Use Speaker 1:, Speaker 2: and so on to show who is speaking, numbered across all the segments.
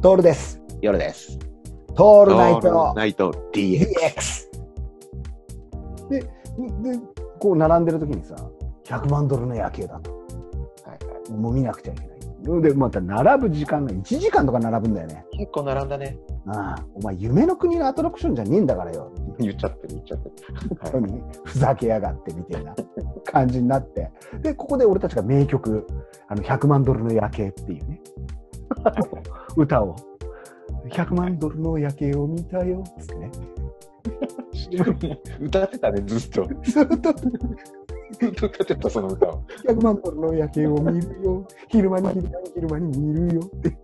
Speaker 1: トールです。
Speaker 2: 夜です。
Speaker 1: ト
Speaker 2: オ
Speaker 1: ールナイト
Speaker 2: ナイト DX。
Speaker 1: DX。で、で、こう並んでる時にさ、100万ドルの夜景だと。
Speaker 2: はい
Speaker 1: もう見なくちゃいけない。で、また並ぶ時間が1時間とか並ぶんだよね。
Speaker 2: 結構並んだね。
Speaker 1: ああ、お前夢の国のアトラクションじゃねえんだからよ。
Speaker 2: 言っちゃってる、言っちゃって
Speaker 1: 本当
Speaker 2: る。
Speaker 1: にふざけやがってみたいな感じになって。で、ここで俺たちが名曲、あの100万ドルの夜景っていうね、歌を。100万ドルの夜景を見たよ。ですね。
Speaker 2: 歌ってたね、ずっと。
Speaker 1: ずっと
Speaker 2: ずっと歌ってた、その歌を。
Speaker 1: 100万ドルの夜景を見るよ。昼間に昼間に昼間に見るよって。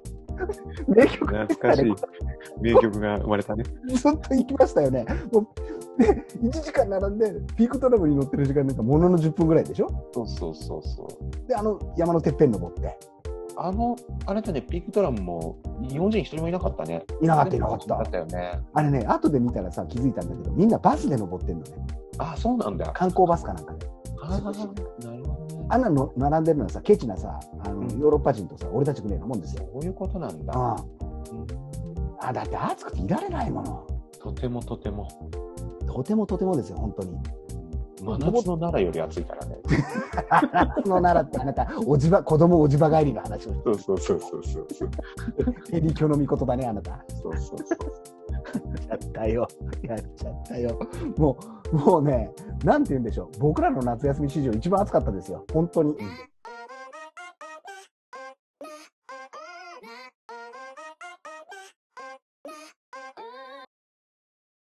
Speaker 1: 名曲
Speaker 2: 懐
Speaker 1: です
Speaker 2: かし
Speaker 1: ね
Speaker 2: い。名曲が生まれたね。
Speaker 1: ずっと行きましたよね。もうで1時間並んで、ピークトラブルに乗ってる時間なんかものの10分ぐらいでしょ
Speaker 2: そうそうそうそう。
Speaker 1: で、あの山のてっぺん登って、
Speaker 2: あの、あれだね、ピークドラムも日本人一人もいなかったね。
Speaker 1: いなかった、いなかった
Speaker 2: あ。ったよね。
Speaker 1: あれね、後で見たらさ、気づいたんだけど、みんなバスで登ってんのね。
Speaker 2: あ、そうなんだ。
Speaker 1: 観光バスかなんかで。
Speaker 2: あーなるほどね。
Speaker 1: あんなの並んでるのはさ、ケチなさ、あの
Speaker 2: うん
Speaker 1: ヨーロッパ人とさ、俺たちぐらいのもんですよ。
Speaker 2: そういうことなんだ。
Speaker 1: あ
Speaker 2: うん
Speaker 1: あ、だって暑くていられないもの。
Speaker 2: とてもとても。
Speaker 1: とてもとてもですよ、本当に。
Speaker 2: 真夏の奈良より暑いからね。
Speaker 1: その奈良ってあなた、おじば、子供おじば帰りの話をし
Speaker 2: そうそうそうそうそう。
Speaker 1: て、リ教の御言葉ね、あなた。や
Speaker 2: そうそうそう。
Speaker 1: っちゃったよ。やっちゃったよ。もう、もうね、なんて言うんでしょう。僕らの夏休み史上一番暑かったですよ。本当に。